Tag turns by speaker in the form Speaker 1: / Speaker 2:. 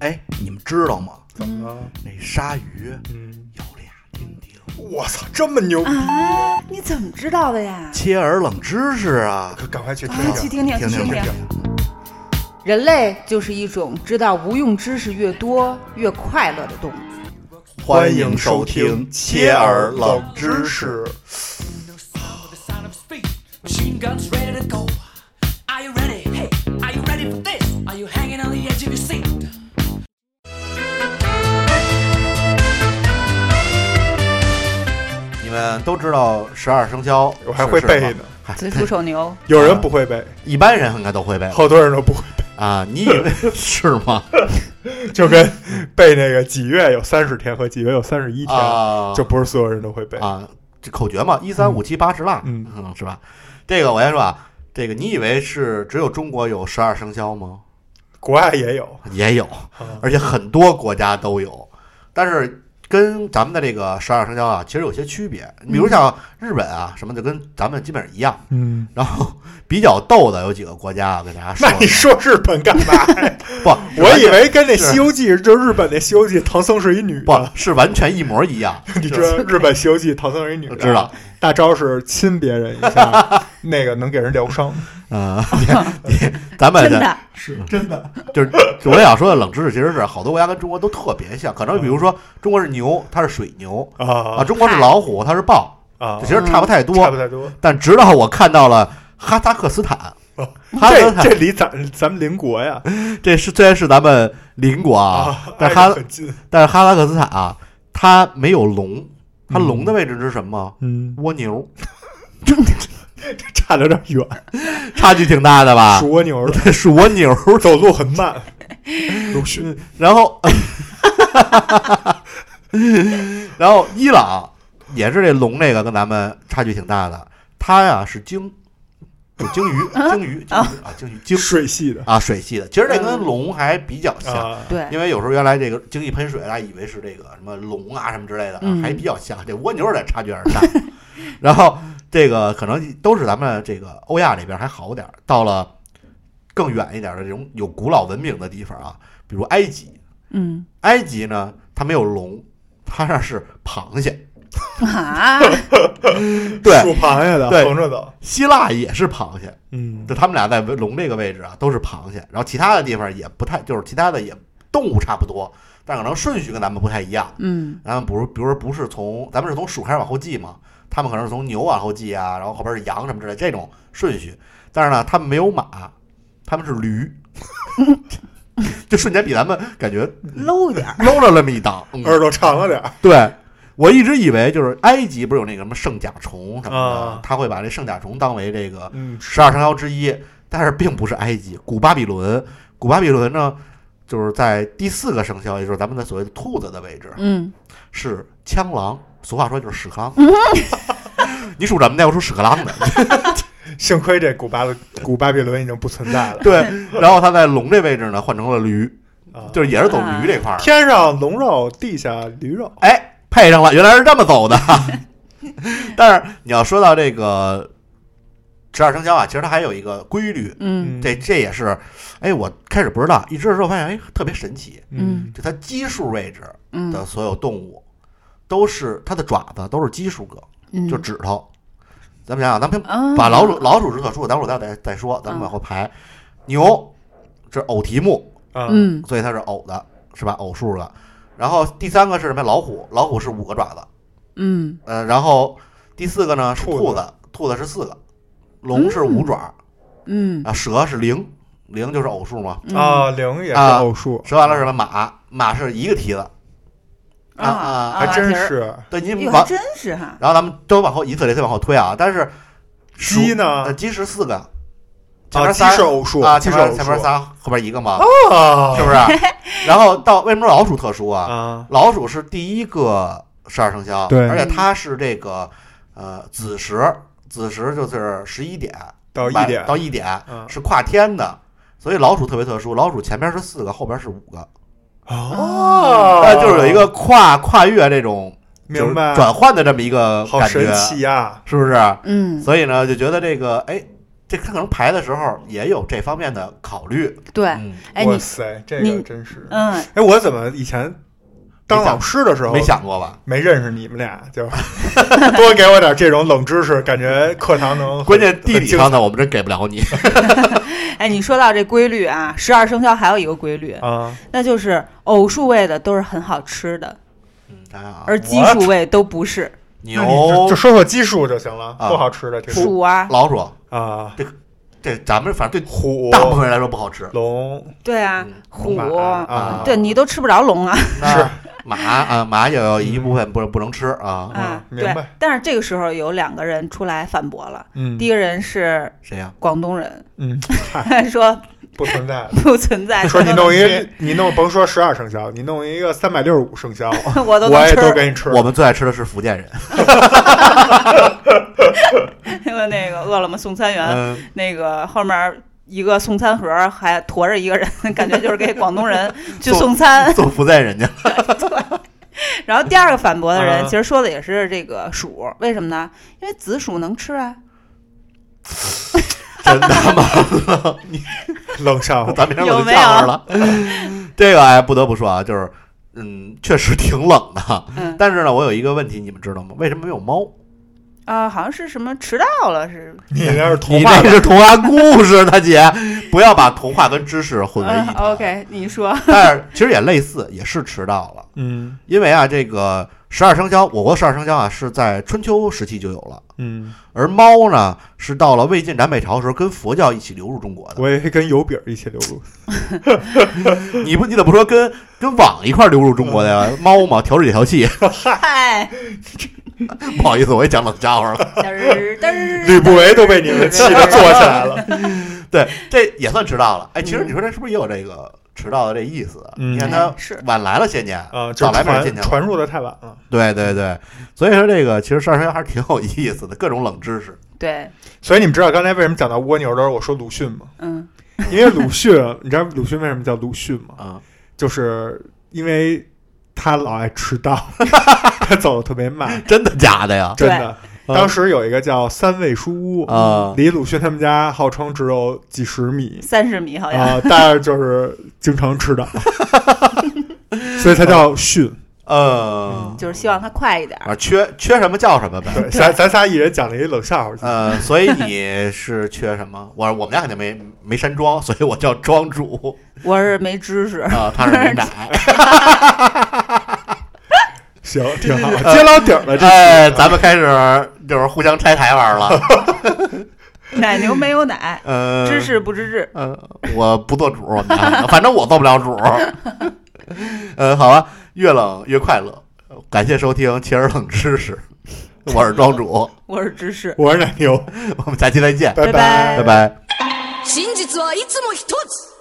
Speaker 1: 哎，你们知道吗？
Speaker 2: 怎么了？
Speaker 1: 那鲨鱼
Speaker 2: 嗯，
Speaker 1: 有俩丁丁。
Speaker 2: 我操，这么牛！
Speaker 3: 啊，你怎么知道的呀？
Speaker 1: 切耳冷知识啊！
Speaker 2: 可赶快去听
Speaker 3: 啊，去听
Speaker 2: 听。
Speaker 3: 听，去
Speaker 1: 听听
Speaker 3: 听听。
Speaker 4: 人类就是一种知道无用知识越多越快乐的动物。
Speaker 1: 欢迎收听切耳冷知识。
Speaker 5: with the sound of speed. Machine guns ready to go. Are you ready? Hey, are you ready for this? Are you hanging on the edge of your seat?
Speaker 1: 你们都知道十二生肖，
Speaker 2: 我还会背呢。
Speaker 4: 子鼠丑牛，
Speaker 2: 有人不会背，
Speaker 1: 一般人应该都会背
Speaker 2: 好多人都不会背，
Speaker 1: 啊！你以 为是吗？
Speaker 2: 就跟背那个几月有三十天和几月有三十一天，
Speaker 1: 啊，
Speaker 2: 就不是所有人都会背。
Speaker 1: 啊，这口诀嘛，一三五七八十腊，
Speaker 2: 嗯
Speaker 1: 是吧？这个我先说啊，这个你以为是只有中国有十二生肖吗？
Speaker 2: 国外也有，
Speaker 1: 也有，
Speaker 2: 啊
Speaker 1: 而且很多国家都有，但是跟咱们的这个十二生肖啊，其实有些区别。比如像日本啊什么，就跟咱们基本上一样。
Speaker 2: 嗯，
Speaker 1: 然后比较逗的有几个国家啊，我给大家说
Speaker 2: 那
Speaker 1: 一
Speaker 2: 你
Speaker 1: 下。
Speaker 2: 说日本干 嘛呀？
Speaker 1: 不，
Speaker 2: 我以为跟那《
Speaker 1: 是
Speaker 2: 西游记》就日本那《西游记》，唐僧是一女
Speaker 1: 不
Speaker 2: 的，
Speaker 1: 是完全一模一样。
Speaker 2: 你知道日本《西游记》唐僧是一女
Speaker 1: 我
Speaker 2: 的，
Speaker 1: 知道，
Speaker 2: 大招是亲别人一 下，那个能给人疗伤，
Speaker 1: 嗯，你你咱们
Speaker 3: 真的，
Speaker 2: 是真的。
Speaker 1: 就是我想说的冷知识，其实是好多国家跟中国都特别像，可能比如说中国是牛，它是水牛啊；
Speaker 2: 啊
Speaker 1: 中国是老虎，它是豹，
Speaker 2: 啊
Speaker 1: 其，实差不太
Speaker 2: 差
Speaker 1: 多
Speaker 2: 不。太多。
Speaker 1: 但直到我看到了哈萨克斯坦， 哈萨克斯
Speaker 2: 这这
Speaker 1: 坦
Speaker 2: 离咱咱们邻国呀
Speaker 1: 这是虽然是咱们邻国 啊，但是
Speaker 2: 挨得
Speaker 1: 哈
Speaker 2: 很近。
Speaker 1: 但是哈萨克斯坦啊，它没有龙，它龙
Speaker 2: 嗯
Speaker 1: 的位置是什么吗？
Speaker 2: 嗯，
Speaker 1: 蜗牛，
Speaker 2: 差的有点远，
Speaker 1: 差距挺大的吧？
Speaker 2: 属蜗牛的，
Speaker 1: 属蜗牛，
Speaker 2: 走路很慢。鲁迅，
Speaker 1: 然后， 然后伊朗也是这龙这个跟咱们差距挺大的，它呀是鲸，就鲸鱼，鲸鱼，鲸鱼啊，鲸鱼鲸
Speaker 2: 水系的
Speaker 1: 啊，水系的，其实这跟龙还比较像。
Speaker 2: 啊，
Speaker 4: 对，
Speaker 1: 因为有时候原来这个鲸一喷水，大家以为是这个什么龙啊什么之类的，啊
Speaker 4: 嗯
Speaker 1: 还比较像。这蜗牛儿这差距有点大。然后这个可能都是咱们这个欧亚这边还好点儿，到了更远一点儿的这种有古老文明的地方啊，比如埃及，
Speaker 4: 嗯
Speaker 1: 埃及呢，它没有龙，它那是螃蟹。
Speaker 3: 啊，
Speaker 1: 对，
Speaker 2: 竖螃蟹的，
Speaker 1: 对
Speaker 2: 横着走。
Speaker 1: 希腊也是螃蟹，
Speaker 2: 嗯
Speaker 1: 就他们俩在龙这个位置啊，都是螃蟹。然后其他的地方也不太，就是其他的也动物差不多，但可能顺序跟咱们不太一样。
Speaker 4: 嗯，
Speaker 1: 咱们不是，比如说不是从咱们是从鼠开始往后记嘛，他们可能是从牛往后记啊，然后后边是羊什么之类这种顺序。但是呢，他们没有马，他们是驴， 就瞬间比咱们感觉
Speaker 3: 搂一点儿，
Speaker 1: low 了那么一档。嗯
Speaker 2: 耳朵长了点儿，
Speaker 1: 对，我一直以为就是埃及不是有那个什么圣甲虫什么
Speaker 2: 啊
Speaker 1: 的，他会把这圣甲虫当为这个
Speaker 2: 嗯，
Speaker 1: 十二生肖之一，但是并不是埃及，古巴比伦，古巴比伦呢，就是在第四个生肖，也就是咱们的所谓的兔子的位置，
Speaker 4: 嗯，
Speaker 1: 是枪狼，俗话说就是屎壳郎。
Speaker 4: 嗯
Speaker 1: 你属什么的？我属屎壳郎 的。
Speaker 2: 幸亏这古巴的古巴比伦已经不存在了，
Speaker 1: 对，然后他在龙这位置呢，换成了驴，
Speaker 2: 啊
Speaker 1: 就是也是走驴这
Speaker 4: 啊
Speaker 1: 块儿。
Speaker 2: 天上龙肉，地下驴肉。
Speaker 1: 哎，配上了，原来是这么走的。 但是你要说到这个十二生肖啊，其实它还有一个规律，
Speaker 4: 嗯，
Speaker 2: 嗯
Speaker 1: 这这也是，哎，我开始不知道，一知道之后发现，哎，特别神奇，
Speaker 2: 嗯
Speaker 1: 就它基数位置
Speaker 4: 嗯，
Speaker 1: 的所有动物，都是它的爪子都是基数个，
Speaker 4: 嗯，
Speaker 1: 就指头。咱们想想，咱们
Speaker 3: 嗯
Speaker 4: 啊
Speaker 1: 把老鼠老鼠是可数，咱们待会儿再再说，咱们往后排。牛，这是偶题目，
Speaker 2: 啊
Speaker 4: 嗯
Speaker 1: 所以它是偶的，是吧？偶数的。然后第三个是什么？老虎，老虎是五个爪子，
Speaker 4: 嗯
Speaker 1: 呃，然后第四个呢是
Speaker 2: 兔
Speaker 1: 兔
Speaker 2: 子
Speaker 1: 子，兔子是四个，龙是五爪，
Speaker 4: 嗯
Speaker 1: 啊，蛇是零，零就是偶数嘛。
Speaker 4: 嗯
Speaker 2: 啊，零也是
Speaker 1: 啊
Speaker 2: 偶数，
Speaker 1: 说完了是什么？马，马是一个蹄子，
Speaker 4: 嗯
Speaker 1: 啊
Speaker 3: 啊
Speaker 2: 还
Speaker 1: 啊！
Speaker 2: 真
Speaker 3: 马蹄儿
Speaker 2: 是。
Speaker 1: 对，你
Speaker 4: 哎
Speaker 3: 哟，哎还
Speaker 1: 往，
Speaker 3: 真是哈，
Speaker 1: 然后咱们都往后一次一次往后推啊。但是属
Speaker 2: 鸡
Speaker 1: 呃，
Speaker 2: 呢？
Speaker 1: 鸡是四个，前
Speaker 2: 啊，
Speaker 1: 面
Speaker 2: 鸡
Speaker 1: 仨
Speaker 2: 是偶数
Speaker 1: 啊，
Speaker 2: 鸡
Speaker 1: 前
Speaker 2: 是偶
Speaker 1: 面
Speaker 2: 数
Speaker 1: 前面仨，后边一个
Speaker 3: 哦
Speaker 1: 嘛，
Speaker 2: 啊
Speaker 1: 是不 是？哦然后到为什么说老鼠特殊啊？
Speaker 2: 啊，
Speaker 1: 老鼠是第一个十二生肖，
Speaker 2: 对
Speaker 1: 而且它是这个呃子时，子时就是十一点
Speaker 2: 到一
Speaker 1: 晚
Speaker 2: 点
Speaker 1: 到一点
Speaker 2: 啊
Speaker 1: 是跨天的。所以老鼠特别特殊，老鼠前边是四个，后边是五个，
Speaker 2: 哦
Speaker 1: 那就是有一个跨跨越这种就是
Speaker 2: 明白，
Speaker 1: 转换的这么一个
Speaker 2: 好
Speaker 1: 感觉，
Speaker 2: 神奇呀！啊
Speaker 1: 是不是？
Speaker 4: 嗯
Speaker 1: 所以呢，就觉得这个哎，这他可能排的时候也有这方面的考虑。
Speaker 3: 对，
Speaker 1: 嗯，
Speaker 3: 哎
Speaker 2: 哇
Speaker 3: 你
Speaker 2: 塞，这
Speaker 3: 你
Speaker 2: 个真是。
Speaker 3: 嗯，
Speaker 2: 哎，我怎么以前当老师的时候
Speaker 1: 没想过吧？
Speaker 2: 没认识你们俩，就 多给我点这种冷知识，感觉课堂能很
Speaker 1: 关键地
Speaker 2: 很
Speaker 1: 理
Speaker 2: 精
Speaker 1: 上呢，我们真给不了你。
Speaker 4: 哎，你说到这规律啊，十二生肖还有一个规律，
Speaker 2: 啊，
Speaker 4: 那就是偶数位的都是很好吃的，
Speaker 1: 嗯啊，
Speaker 4: 而奇数位都不是。
Speaker 2: 那你就
Speaker 1: 牛
Speaker 2: 就说说基数就行了，
Speaker 1: 啊
Speaker 2: 不好吃的 这种
Speaker 4: 鼠啊，
Speaker 1: 老鼠，
Speaker 2: 啊，
Speaker 1: 这咱们反正对
Speaker 2: 虎、
Speaker 1: 大部分人来说不好吃。
Speaker 2: 龙、
Speaker 4: 对啊
Speaker 1: 嗯，
Speaker 4: 虎，
Speaker 2: 马啊，
Speaker 4: 对你都吃不着龙啊
Speaker 1: 那马啊，马也有一部分不不能吃啊。
Speaker 4: 啊，
Speaker 2: 明
Speaker 4: 对
Speaker 2: 白。
Speaker 4: 但是这个时候有两个人出来反驳了，
Speaker 2: 嗯
Speaker 4: 第一个人是
Speaker 1: 谁呀？
Speaker 4: 广东人，
Speaker 2: 嗯，嗨，
Speaker 4: 说
Speaker 2: 不存 在的。
Speaker 4: 不存在，
Speaker 2: 说你
Speaker 4: 全都
Speaker 2: 弄
Speaker 4: 能
Speaker 2: 一
Speaker 4: 吃
Speaker 2: 个，你弄甭说十二生肖，你弄一个三百六十五生肖，
Speaker 4: 我都
Speaker 2: 我
Speaker 4: 能
Speaker 2: 也都
Speaker 4: 吃，
Speaker 2: 给你吃。
Speaker 1: 我们最爱吃的是福建人。
Speaker 4: 因为那个饿了么送餐员
Speaker 1: 嗯，
Speaker 4: 那个后面一个送餐盒儿还驮着一个人， 感觉就是给广东 人去送餐。
Speaker 1: 嗯 送福建人 家。
Speaker 4: 然后第二个反驳的人，
Speaker 2: 啊
Speaker 4: 其实说的也是这个鼠，为什么呢？因为紫薯能吃啊，
Speaker 1: 真的吗？
Speaker 2: 冷笑话，
Speaker 1: 咱别说
Speaker 4: 有
Speaker 1: 冷
Speaker 4: 没
Speaker 1: 笑话
Speaker 4: 有
Speaker 1: 了。 这个哎，不得不说啊，就是嗯，确实挺冷的。
Speaker 4: 嗯
Speaker 1: 但是呢，我有一个问题，你们知道吗？为什么没有猫？
Speaker 4: 啊、好像是什么迟到了是
Speaker 2: 你那是童
Speaker 1: 你
Speaker 2: 话
Speaker 1: 那是童话故事， 大姐，不要把童话跟知识混为一
Speaker 4: 嗯
Speaker 1: 谈。
Speaker 4: OK，你说
Speaker 1: 但是其实也类似，也是迟到了。
Speaker 2: 嗯
Speaker 1: 因为啊，这个十二生肖，我国十二生肖啊是在春秋时期就有了，
Speaker 2: 嗯，
Speaker 1: 而猫呢是到了魏晋南北朝的时候跟佛教一起流入中国的。
Speaker 2: 我也跟油饼一起流入。
Speaker 1: 你不，你怎么不说跟跟网一块儿流入中国的 呀？猫嘛，调制解调器。
Speaker 4: 嗨，
Speaker 1: 不好意思，我也讲冷笑话 了。
Speaker 4: 嘚儿嘚儿，
Speaker 2: 吕不韦都被你们气得坐起来了。
Speaker 1: 对，这也算迟到了。哎，其实你说这是不是也有这个迟到的这意思？啊
Speaker 2: 嗯
Speaker 1: 你看他
Speaker 4: 哎 是
Speaker 1: 晚来了些年
Speaker 2: 啊，就
Speaker 1: 早
Speaker 2: 是
Speaker 1: 来没人进
Speaker 2: 传
Speaker 1: 去了。
Speaker 2: 传入的太晚了。
Speaker 1: 对对对，所以说这个其实十二生肖还是挺有意思的，各种冷知识。
Speaker 4: 对，
Speaker 2: 所以你们知道刚才为什么讲到蜗牛的时候我说鲁迅吗？
Speaker 4: 嗯
Speaker 2: 因为鲁迅，啊你知道鲁迅为什么叫鲁迅吗？
Speaker 1: 嗯，
Speaker 2: 就是因为他老爱 迟到，他走的特别慢，
Speaker 1: 真的假的呀？
Speaker 2: 真的。
Speaker 1: 嗯
Speaker 2: 当时有一个叫三味书屋
Speaker 1: 啊
Speaker 2: 离鲁迅他们家号称只有几十米
Speaker 4: 三十
Speaker 1: 哦
Speaker 4: 米好像、
Speaker 2: 啊、但是就是经常 迟到，所以才叫迅。
Speaker 1: 呃，
Speaker 4: 嗯就是希望它快一点儿。
Speaker 1: 啊，缺缺什么叫什么呗。
Speaker 2: 对，咱咱仨一人讲了一冷笑话。
Speaker 1: 呃，所以你是缺什么？我我们家肯定没没山庄，所以我叫庄主
Speaker 4: 我是没知识，
Speaker 1: 啊、他是没 奶。
Speaker 2: 行，挺好，接老底儿呃了。这
Speaker 1: 哎，咱们开始就是互相拆台玩 了。
Speaker 4: 奶牛没有奶，
Speaker 2: 嗯
Speaker 1: 呃，
Speaker 4: 知识不知智。
Speaker 1: 呃，我不做主，我们家反正我做不了 主。呃，好吧，越冷越快乐。感谢收听《切尔冷知识》，我是庄主，我
Speaker 4: 我是知识，
Speaker 2: 我是奶牛，
Speaker 1: 们下期再见，
Speaker 4: 拜
Speaker 1: 拜
Speaker 2: 拜
Speaker 1: 拜。
Speaker 6: 真実はいつも一つ